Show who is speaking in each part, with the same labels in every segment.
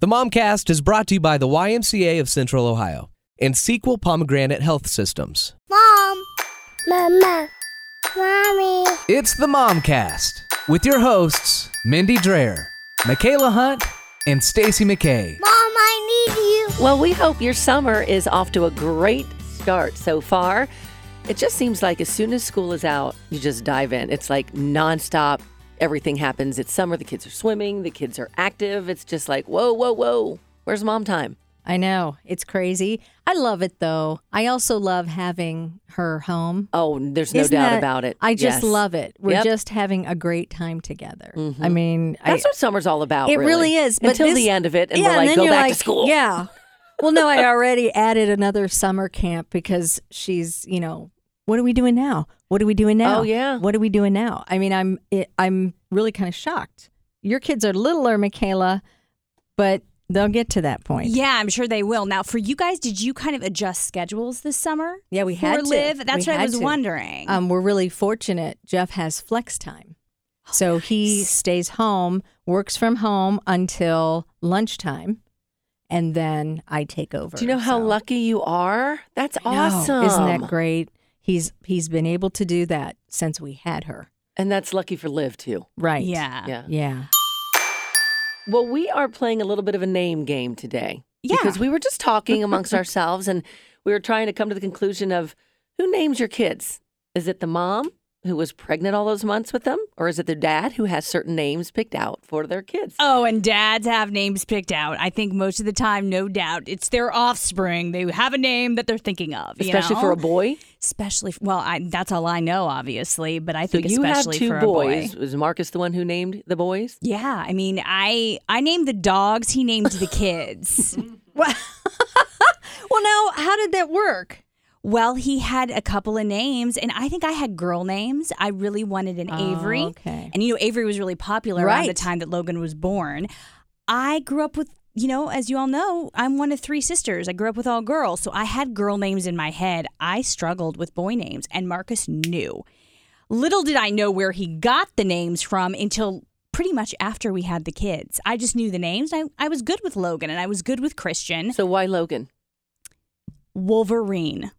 Speaker 1: The Momcast is brought to you by the YMCA of Central Ohio and Sequel Pomegranate Health Systems.
Speaker 2: Mom. Mama. Mommy.
Speaker 1: It's the Momcast with your hosts, Mindy Dreher, Michaela Hunt, and Stacy McKay.
Speaker 2: Mom, I need you.
Speaker 3: Well, we hope your summer is off to a great start so far. It just seems like as soon as school is out, you just dive in. It's like nonstop. Everything happens. It's summer. The kids are swimming. The kids are active. It's just like, whoa, whoa, whoa. Where's mom time?
Speaker 4: I know. It's crazy. I love it though. I also love having her home.
Speaker 3: Oh, there's no
Speaker 4: Isn't
Speaker 3: doubt
Speaker 4: that-
Speaker 3: about it.
Speaker 4: I
Speaker 3: Yes.
Speaker 4: just love it. We're
Speaker 3: Yep. Mm-hmm.
Speaker 4: just having a great time together. I mean, I,
Speaker 3: That's what summer's all about.
Speaker 4: it really is. But
Speaker 3: Until
Speaker 4: this-
Speaker 3: the end of it, and
Speaker 4: yeah,
Speaker 3: we're like,
Speaker 4: then
Speaker 3: go
Speaker 4: you're
Speaker 3: back to
Speaker 4: like,
Speaker 3: school.
Speaker 4: Yeah. Well, no, I already added another summer camp because she's, you know, what are we doing now? What are we doing now?
Speaker 3: Oh, yeah.
Speaker 4: What are we doing now? I mean, I'm it, I'm really kind of shocked. Your kids are littler, Michaela, but they'll get to that point.
Speaker 5: Yeah, I'm sure they will. Now, for you guys, did you kind of adjust schedules this summer?
Speaker 4: Yeah, we
Speaker 5: for
Speaker 4: had to.
Speaker 5: Live? That's
Speaker 4: We
Speaker 5: what I
Speaker 4: had
Speaker 5: was
Speaker 4: to.
Speaker 5: wondering.
Speaker 4: Um, we're really fortunate. Jeff has flex time. So he stays home, works from home until lunchtime, and then I take over.
Speaker 3: Do you know how
Speaker 4: So-
Speaker 3: lucky you are? That's
Speaker 4: I know.
Speaker 3: awesome.
Speaker 4: Isn't that great? He's he's been able to do that since we had her.
Speaker 3: And that's lucky for Liv, too.
Speaker 4: Right.
Speaker 5: Yeah.
Speaker 3: Yeah.
Speaker 4: Yeah.
Speaker 3: Well, we are playing a little bit of a name game today.
Speaker 5: Yeah.
Speaker 3: Because we were just talking amongst ourselves and we were trying to come to the conclusion of who names your kids? Is it the mom who was pregnant all those months with them? Or is it the dad who has certain names picked out for their kids?
Speaker 5: Oh, and dads have names picked out. I think most of the time, no doubt, it's their offspring. They have a name that they're thinking of, you
Speaker 3: Especially for
Speaker 5: know?
Speaker 3: a boy.
Speaker 5: Especially, f- well, I, that's all I know, obviously. But I
Speaker 3: So
Speaker 5: think
Speaker 3: you have
Speaker 5: especially
Speaker 3: two
Speaker 5: for a boy.
Speaker 3: boys. Was Marcus the one who named the boys?
Speaker 5: Yeah, I mean, I I named the dogs. He named the kids.
Speaker 4: Well, now how did that work?
Speaker 5: well, he had a couple of names, and I think I had girl names. I really wanted an
Speaker 4: Oh,
Speaker 5: Avery.
Speaker 4: okay.
Speaker 5: And you know, Avery was really popular around the
Speaker 4: Right.
Speaker 5: time that Logan was born. I grew up with, you know, as you all know, I'm one of three sisters. I grew up with all girls. So I had girl names in my head. I struggled with boy names, and Marcus knew. Little did I know where he got the names from until pretty much after we had the kids. I just knew the names. I, I was good with Logan and I was good with Christian.
Speaker 3: So why Logan?
Speaker 5: Wolverine.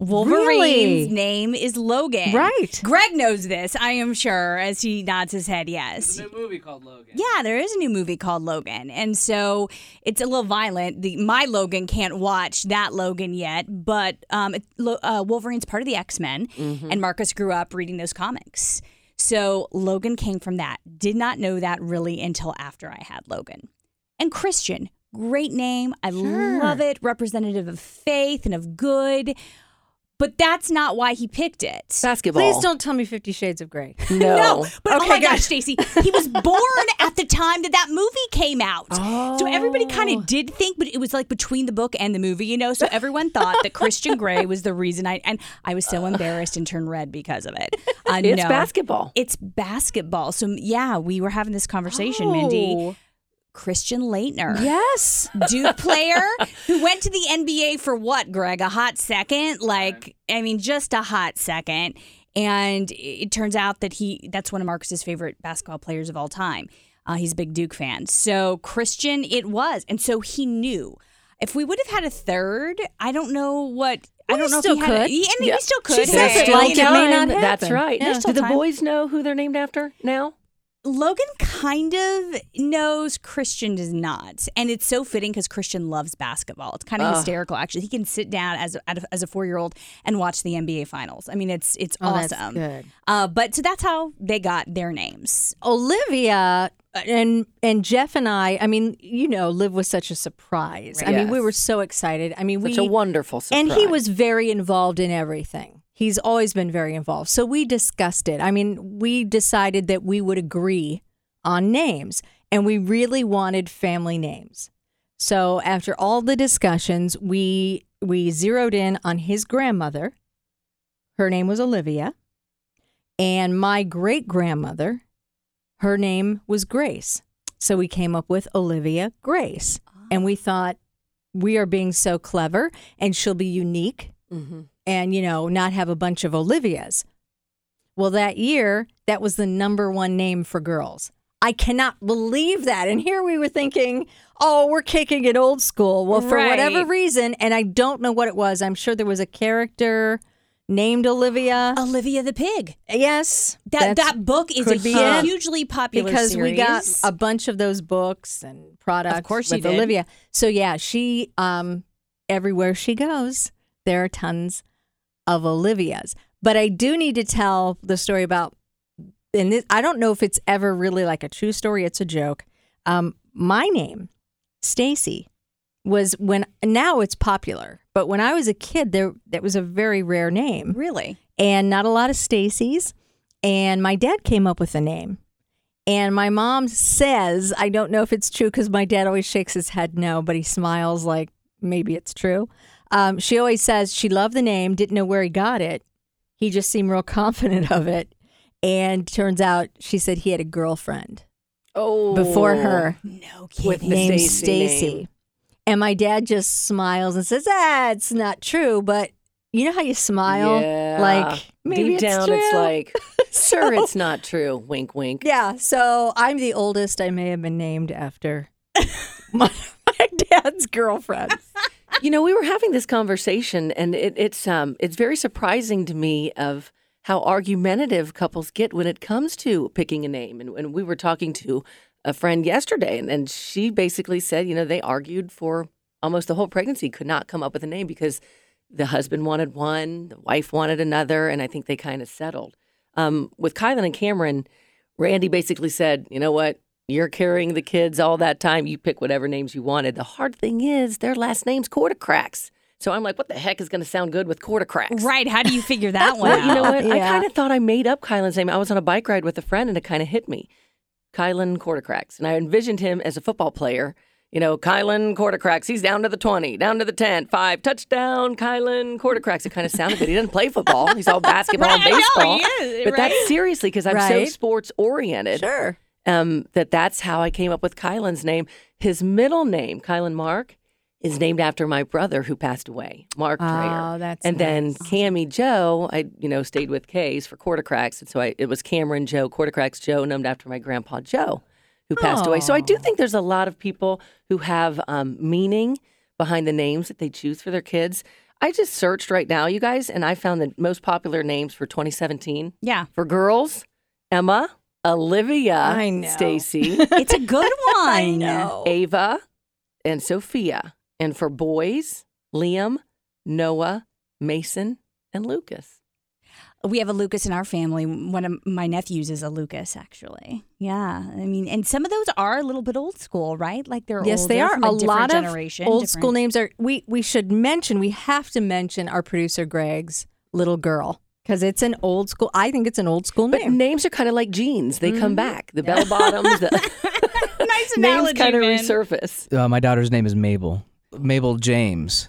Speaker 5: Wolverine's
Speaker 4: Really?
Speaker 5: name is Logan.
Speaker 4: Right.
Speaker 5: Greg knows this, I am sure, as he nods his head, yes. There's a new movie called Logan. Yeah, there is a new movie called Logan. And so it's a little violent. The, my Logan can't watch that Logan yet, but um, it, Lo- uh, Wolverine's part of the X Men,
Speaker 4: Mm-hmm.
Speaker 5: and Marcus grew up reading those comics. So Logan came from that. Did not know that really until after I had Logan and Christian. Great name. I love it. Representative of faith and of good. But that's not why he picked it.
Speaker 3: Basketball.
Speaker 4: Please don't tell me Fifty Shades of Grey.
Speaker 3: No.
Speaker 5: No, but oh
Speaker 4: Okay,
Speaker 5: my
Speaker 4: good.
Speaker 5: gosh, Stacey, he was born at the time that that movie came out. So everybody kind
Speaker 4: Oh.
Speaker 5: of did think, but it was like between the book and the movie, you know. So everyone thought that Christian Grey was the reason I and I was so embarrassed and turned red because of it. Uh,
Speaker 3: It's
Speaker 5: no.
Speaker 3: basketball.
Speaker 5: It's basketball. So yeah, we were having this conversation,
Speaker 4: Oh.
Speaker 5: Mindy. Christian Leitner.
Speaker 4: Yes.
Speaker 5: Duke player who went to the NBA for what, Greg? A hot second? Like, I mean, just a hot second. And it turns out that he, that's one of Marcus's favorite basketball players of all time. Uh, he's a big Duke fan. So, Christian, it was. And so he knew. If we would have had a third, I don't know what. I
Speaker 4: Well,
Speaker 5: don't
Speaker 4: you
Speaker 5: know
Speaker 4: still
Speaker 5: if he had.
Speaker 4: could.
Speaker 5: A, yeah, and
Speaker 3: Yeah.
Speaker 5: he still could.
Speaker 3: She says
Speaker 5: have,
Speaker 3: it
Speaker 5: you
Speaker 4: like it
Speaker 5: know?
Speaker 4: may not happen.
Speaker 3: That's right.
Speaker 4: Yeah.
Speaker 3: Do the boys know who they're named after now?
Speaker 5: Logan kind of knows Christian does not, and it's so fitting because Christian loves basketball. It's kind of
Speaker 3: Ugh.
Speaker 5: hysterical, actually. He can sit down as at a, as a four year old and watch the NBA finals. I mean, it's it's
Speaker 4: Oh, that's
Speaker 5: awesome.
Speaker 4: good.
Speaker 5: Uh, but so that's how they got their names.
Speaker 4: Olivia uh, and and Jeff and I. I mean, you know, Liv was such a surprise. I mean, we
Speaker 3: Yes.
Speaker 4: were so excited. I mean,
Speaker 3: Such
Speaker 4: we
Speaker 3: a wonderful surprise.
Speaker 4: And he was very involved in everything. He's always been very involved. So we discussed it. I mean, we decided that we would agree on names and we really wanted family names. So after all the discussions, we we zeroed in on his grandmother. Her name was Olivia. And my great grandmother, her name was Grace. So we came up with Olivia Grace. And we thought we are being so clever and she'll be unique
Speaker 5: Mm-hmm.
Speaker 3: Mhm.
Speaker 4: and, you know, not have a bunch of Olivias. Well, that year, that was the number one name for girls. I cannot believe that. And here we were thinking, oh, we're kicking it old school. Well, for whatever
Speaker 5: Right.
Speaker 4: reason, and I don't know what it was. I'm sure there was a character named Olivia.
Speaker 5: Olivia the Pig.
Speaker 4: yes,
Speaker 5: Oh. That
Speaker 4: that's-
Speaker 5: that book is a
Speaker 4: could be it.
Speaker 5: hugely popular
Speaker 4: because we got
Speaker 5: series.
Speaker 4: a bunch of those books and products.
Speaker 5: course you
Speaker 4: with
Speaker 5: did.
Speaker 4: Olivia. So yeah, she um, everywhere she goes, there are tons of Olivias. But I do need to tell the story about, and this, I don't know if it's ever really like a true story. It's a joke. Um, my name, Stacy, was when now it's popular, but when I was a kid, there that was a very rare name
Speaker 5: really.
Speaker 4: and not a lot of Stacy's. And my dad came up with the name. And my mom says, I don't know if it's true because my dad always shakes his head no, but he smiles like maybe it's true. Um, she always says she loved the name, didn't know where he got it. He just seemed real confident of it. And turns out she said he had a girlfriend
Speaker 3: Oh,
Speaker 4: before her
Speaker 5: No
Speaker 3: With
Speaker 5: kidding.
Speaker 3: the
Speaker 4: named
Speaker 3: Stacy name.
Speaker 4: Stacy. And my dad just smiles and says, "Ah, it's not true." But you know how you smile,
Speaker 3: Yeah.
Speaker 4: like maybe
Speaker 3: Deep
Speaker 4: it's
Speaker 3: down, it's
Speaker 4: true."
Speaker 3: like sure, it's not true. Wink, wink.
Speaker 4: yeah. So I'm the oldest. I may have been named after my, my dad's girlfriend.
Speaker 3: You know, we were having this conversation, and it, it's um, it's very surprising to me of how argumentative couples get when it comes to picking a name. And, and we were talking to a friend yesterday, and, and she basically said, you know, they argued for almost the whole pregnancy, could not come up with a name because the husband wanted one, the wife wanted another, and I think they kind of settled. Um, with Kylan and Cameron, Randy basically said, you know what? You're carrying the kids all that time. You pick whatever names you wanted. The hard thing is their last name's quarter cracks. So I'm like, what the heck is going to sound good with quarter cracks?
Speaker 5: Right. How do you figure that one
Speaker 3: Well,
Speaker 5: out?
Speaker 3: you know what? I
Speaker 4: Yeah.
Speaker 3: kind of thought I made up Kylan's name. I was on a bike ride with a friend and it kind of hit me. Kylan Quartercracks. And I envisioned him as a football player. You know, Kylan Quartercracks. He's down to the 20, down to the 10, five, touchdown, Kylan Quartercracks. It kind of sounded good. He doesn't play football. He's all basketball and
Speaker 5: Right, I know,
Speaker 3: baseball.
Speaker 5: he is,
Speaker 3: but
Speaker 5: right?
Speaker 3: that's seriously because I'm so
Speaker 4: Right.
Speaker 3: sports oriented
Speaker 4: Sure.
Speaker 3: um, that that's how I came up with Kylan's name. His middle name, Kylan Mark, is named after my brother who passed away, Mark Dreyer.
Speaker 4: Oh, that's
Speaker 3: and then Cammy Joe, I you know stayed with K's for quarter cracks, and so I, it was Cameron Joe quarter cracks Joe, named after my grandpa Joe, who passed away. So I do think there's a lot of people who have um, meaning behind the names that they choose for their kids. I just searched right now, you guys, and I found the most popular names for 2017
Speaker 5: Yeah.
Speaker 3: for girls: Emma, Olivia,
Speaker 4: I know.
Speaker 3: Stacy,
Speaker 5: It's a good one.
Speaker 4: I
Speaker 5: Oh.
Speaker 4: know.
Speaker 3: Ava, and Sophia. And for boys, Liam, Noah, Mason, and Lucas.
Speaker 5: We have a Lucas in our family. One of my nephews is a Lucas, actually. Yeah, I mean, and some of those are a little bit old school, right? Like they're
Speaker 4: Yes,
Speaker 5: older,
Speaker 4: they are.
Speaker 5: from
Speaker 4: A,
Speaker 5: different
Speaker 4: lot of old
Speaker 5: generation,
Speaker 4: school names are. We we should mention. We have to mention our producer Greg's little girl because it's an old school. I think it's an old school
Speaker 3: But
Speaker 4: name.
Speaker 3: names are kind of like jeans. They come back. The bell bottoms, the
Speaker 5: different- Mm-hmm. nice
Speaker 3: names
Speaker 5: analogy,
Speaker 3: kind of
Speaker 5: man.
Speaker 3: resurface.
Speaker 1: Uh, my daughter's name is Mabel, Mabel James.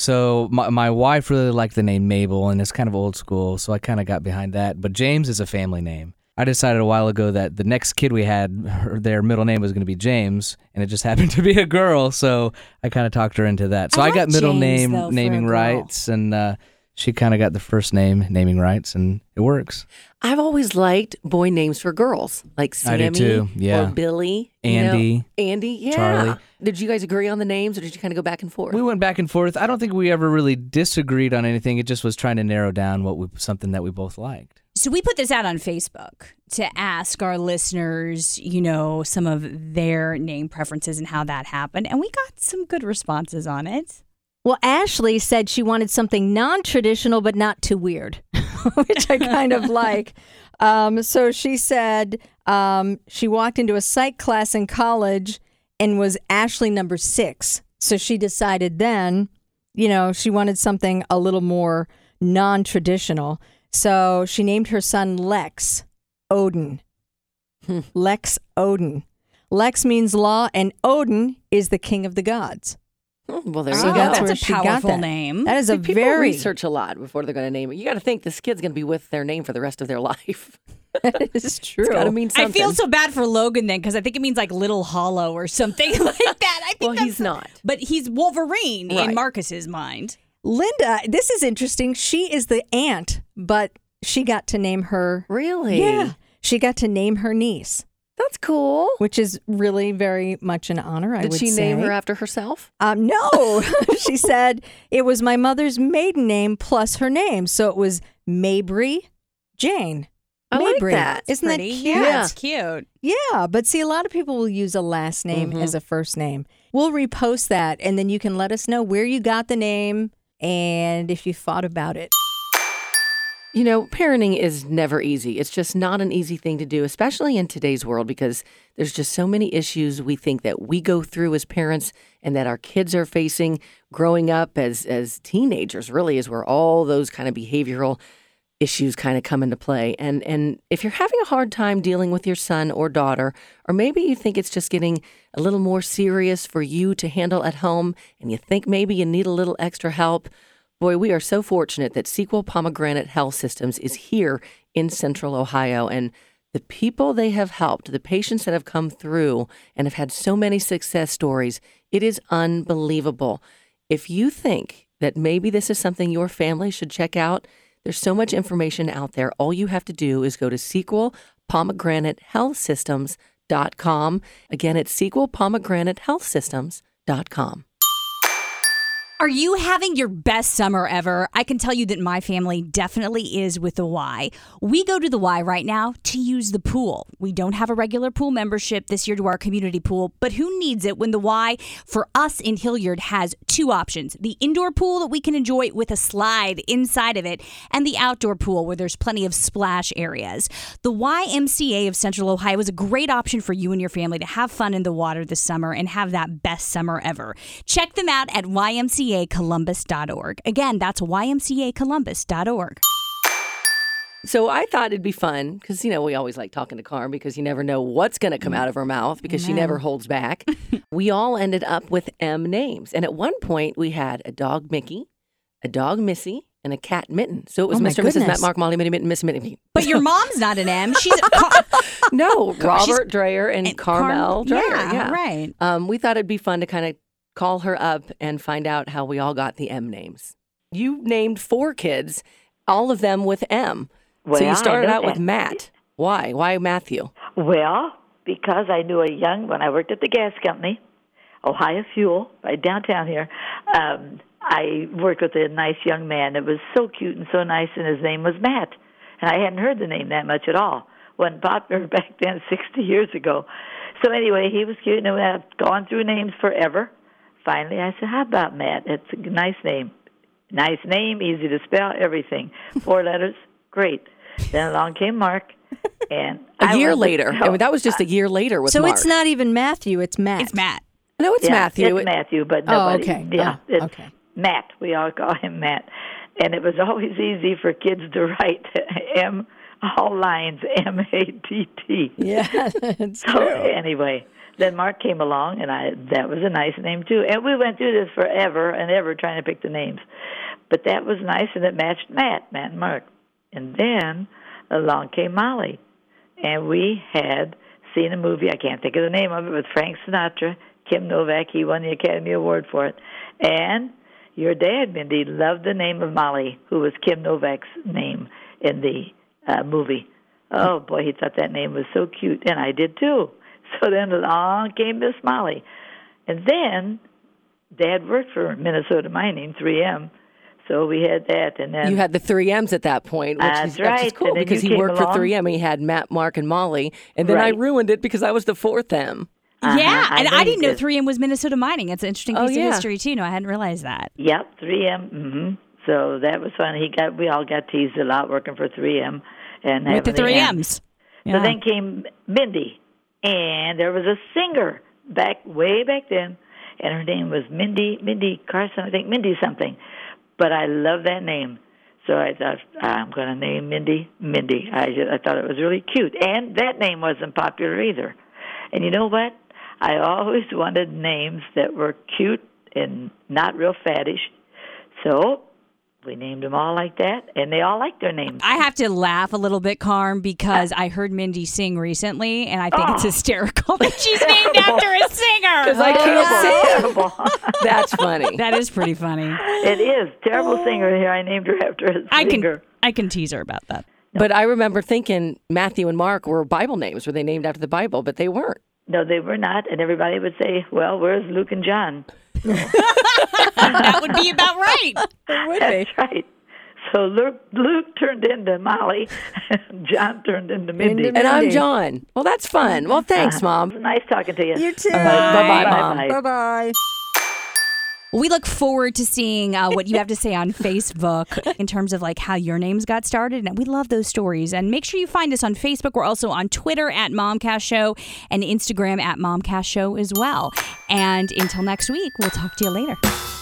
Speaker 1: So my, my wife really liked the name Mabel, and it's kind of old school, so I kind of got behind that. But James is a family name. I decided a while ago that the next kid we had, her, their middle name was going to be James, and it just happened to be a girl, so I kind of talked her into that. So
Speaker 5: I
Speaker 1: I,
Speaker 5: like
Speaker 1: got middle
Speaker 5: James,
Speaker 1: name
Speaker 5: though, for a
Speaker 1: naming
Speaker 5: girl.
Speaker 1: rights, and uh, she kind of got the first name naming rights, and it works.
Speaker 3: I've always liked boy names for girls, like
Speaker 1: I
Speaker 3: Sammy
Speaker 1: do too, yeah.
Speaker 3: or Billy, you know.
Speaker 1: Andy.
Speaker 3: Andy, yeah.
Speaker 1: Charlie.
Speaker 3: Did you guys agree on the names, or did you kind of go back and forth?
Speaker 1: We went back and forth. I don't think we ever really disagreed on anything. It just was trying to narrow down what we, something that we both liked.
Speaker 5: So we put this out on Facebook to ask our listeners, you know, some of their name preferences and how that happened, and we got some good responses on it.
Speaker 4: Well, Ashley said she wanted something non-traditional but not too weird, which I kind of like. Um, so she said um, she walked into a psych class in college and was Ashley number six. So she decided then, you know, she wanted something a little more non-traditional. So she named her son Lex Odin. Lex Odin. Lex means law, and Odin is the king of the gods.
Speaker 3: Hmm, well, there
Speaker 5: So
Speaker 3: you go.
Speaker 5: Oh, that's
Speaker 4: where
Speaker 5: a
Speaker 4: she got
Speaker 5: powerful
Speaker 4: that.
Speaker 5: name.
Speaker 4: That is
Speaker 3: See,
Speaker 4: a
Speaker 3: people
Speaker 4: very
Speaker 3: research a lot before they're going to name it. You got to think this kid's going to be with their name for the rest of their life.
Speaker 4: That is true.
Speaker 3: It's got to mean something.
Speaker 5: I feel so bad for Logan then because I think it means like Little Hollow or something like that. I think
Speaker 3: Well,
Speaker 5: that's-
Speaker 3: he's not.
Speaker 5: but he's Wolverine
Speaker 3: Right.
Speaker 5: in Marcus's mind.
Speaker 4: Linda, this is interesting. She is the aunt, but she got to name her.
Speaker 3: Really?
Speaker 4: Yeah, she got to name her niece.
Speaker 3: That's cool.
Speaker 4: which is really very much an honor. I
Speaker 3: Did
Speaker 4: would
Speaker 3: she
Speaker 4: say.
Speaker 3: name her after herself?
Speaker 4: Um, no, she said it was my mother's maiden name plus her name, so it was Mabry Jane.
Speaker 3: I like
Speaker 4: Mabry.
Speaker 3: that. It's
Speaker 4: Isn't
Speaker 5: Pretty.
Speaker 4: that cute?
Speaker 5: Yeah, it's cute.
Speaker 4: Yeah, but see, a lot of people will use a last name as a first name. We'll repost that, and then you can let us know where you got the name and if you thought about it.
Speaker 3: You know, parenting is never easy. It's just not an easy thing to do, especially in today's world because there's just so many issues we think that we go through as parents and that our kids are facing growing up as as teenagers really is where all those kind of behavioral issues kind of come into play. And and if you're having a hard time dealing with your son or daughter, or maybe you think it's just getting a little more serious for you to handle at home and you think maybe you need a little extra help, boy, we are so fortunate that Sequel Pomegranate Health Systems is here in Central Ohio and the people they have helped, the patients that have come through and have had so many success stories, it is unbelievable. If you think that maybe this is something your family should check out, there's so much information out there. All you have to do is go to sequelpomegranatehealthsystems.com. Again, it's sequelpomegranatehealthsystems.com.
Speaker 5: Are you having your best summer ever? I can tell you that my family definitely is with the Y. We go to the Y right now to use the pool. We don't have a regular pool membership this year to our community pool, but who needs it when the Y for us in Hilliard has two options the indoor pool that we can enjoy with a slide inside of it, and the outdoor pool where there's plenty of splash areas. The YMCA of Central Ohio is a great option for you and your family to have fun in the water this summer and have that best summer ever. Check them out at ymcacolumbus.org. Again, that's ymcacolumbus.org.
Speaker 3: So I thought it'd be fun because, you know, we always like talking to Carm because you never know what's going to
Speaker 4: Mm.
Speaker 3: come out of her mouth because she never holds back. we all ended up with M names. And at one point, we had a dog, Mickey, a dog, Missy, and a cat, Mitten. So it was
Speaker 4: Oh, my
Speaker 3: Mr. Mrs. Matt,
Speaker 4: goodness.
Speaker 3: Mark, Molly, Mitty, Mitten, Miss Mitten.
Speaker 5: But your mom's not an M. She's a Car-
Speaker 3: No,
Speaker 5: she's-
Speaker 3: Robert Dreyer and,
Speaker 5: and
Speaker 3: Carmel
Speaker 5: Carm-
Speaker 3: Dreyer.
Speaker 5: yeah, right.
Speaker 3: Um, we thought it'd be fun to kind of call her up and find out how we all got the M names. You named four kids, all of them with M.
Speaker 6: Well,
Speaker 3: so
Speaker 6: I
Speaker 3: you started
Speaker 6: know
Speaker 3: out with
Speaker 6: that.
Speaker 3: Matt. Why? Why Matthew?
Speaker 6: Well, because I knew a young when I worked at the gas company, Ohio Fuel, right downtown here. Um, I worked with a nice young man that was so cute and so nice, and his name was Matt. And I hadn't heard the name that much at all. wasn't popular back then, 60 years ago. So anyway, he was cute, and I've gone through names forever. Finally, I said, "How about Matt? That's a nice name. Nice name, easy to spell, everything. Four letters, great." Then along came Mark, and
Speaker 3: A
Speaker 6: I
Speaker 3: year
Speaker 6: was-
Speaker 3: later. I mean, that was just a year later with
Speaker 4: So
Speaker 3: Mark.
Speaker 4: it's not even Matthew; it's Matt.
Speaker 5: it's Matt.
Speaker 3: No, it's
Speaker 6: yeah,
Speaker 3: Matthew.
Speaker 6: It's
Speaker 3: It-
Speaker 6: Matthew, but nobody.
Speaker 4: okay.
Speaker 6: Yeah,
Speaker 4: Oh,
Speaker 6: it's
Speaker 4: okay.
Speaker 6: Matt. We all call him Matt, and it was always easy for kids to write M all lines M A T T.
Speaker 4: yeah, it's
Speaker 6: So
Speaker 4: true.
Speaker 6: anyway, then Mark came along, and I that was a nice name too. And we went through this forever and ever trying to pick the names, but that was nice, and it matched Matt, Matt and Mark. And then along came Molly, and we had seen a movie. I can't think of the name of it with Frank Sinatra, Kim Novak. He won the Academy Award for it, and your dad, Mindy, loved the name of Molly, who was Kim Novak's name in the uh, movie. Oh boy, he thought that name was so cute, and I did too. So then along came Miss Molly, and then Dad worked for Minnesota Mining 3M, so we had that, and then
Speaker 3: you had the three M's at that point, which
Speaker 6: That's
Speaker 3: is that's
Speaker 6: right.
Speaker 3: cool
Speaker 6: And then
Speaker 3: because
Speaker 6: you
Speaker 3: he
Speaker 6: came
Speaker 3: worked
Speaker 6: along.
Speaker 3: for 3M. He had Matt, Mark, and Molly, and then I
Speaker 6: Right.
Speaker 3: ruined it because I was the fourth M.
Speaker 5: yeah,
Speaker 6: I
Speaker 5: and
Speaker 6: know
Speaker 5: I,
Speaker 6: you
Speaker 5: didn't know
Speaker 6: did.
Speaker 5: 3M was Minnesota Mining. It's an interesting
Speaker 3: Oh,
Speaker 5: piece
Speaker 3: yeah.
Speaker 5: of history, too. No, I hadn't realized that.
Speaker 6: Yep, 3M. hmm So that was fun. He got we all got teased a lot working for 3M and
Speaker 5: With the
Speaker 6: having
Speaker 5: 3Ms.
Speaker 6: So then came Mindy, and there was a singer back way back then, and her name was Mindy Mindy Carson, I think Mindy something. But I love that name, so I thought I'm going to name Mindy Mindy. I just, I thought it was really cute, and that name wasn't popular either. And you know what? I always wanted names that were cute and not real faddish, so we named them all like that, and they all liked their names.
Speaker 5: I have to laugh a little bit, Carm, because I heard Mindy sing recently, and I think it's hysterical that she's named after a singer.
Speaker 3: Because
Speaker 6: Oh,
Speaker 3: I can't sing.
Speaker 6: Terrible.
Speaker 3: That's funny.
Speaker 5: That is pretty funny.
Speaker 6: It is terrible singer here. I named her after a
Speaker 5: I
Speaker 6: singer.
Speaker 5: can I can tease her about that.
Speaker 3: But I remember thinking Matthew and Mark were Bible names. Were they named after the Bible? But they weren't.
Speaker 6: No, they were not. And everybody would say, well, where's Luke and John?
Speaker 5: that would be about right.
Speaker 4: It would be.
Speaker 6: That's right. So Luke, Luke turned into Molly, John turned into Mindy.
Speaker 4: Into-
Speaker 3: And I'm
Speaker 4: Mindy.
Speaker 3: John. Well, that's fun. Well, thanks, Mom.
Speaker 6: nice talking to you.
Speaker 4: You too.
Speaker 3: Bye bye, Mom.
Speaker 6: Bye-bye.
Speaker 4: Bye bye.
Speaker 5: We look forward to seeing uh, what you have to say on Facebook in terms of like how your names got started, and we love those stories. And make sure you find us on Facebook. We're also on Twitter at Momcast Show and Instagram at Momcast Show as well. And until next week, we'll talk to you later.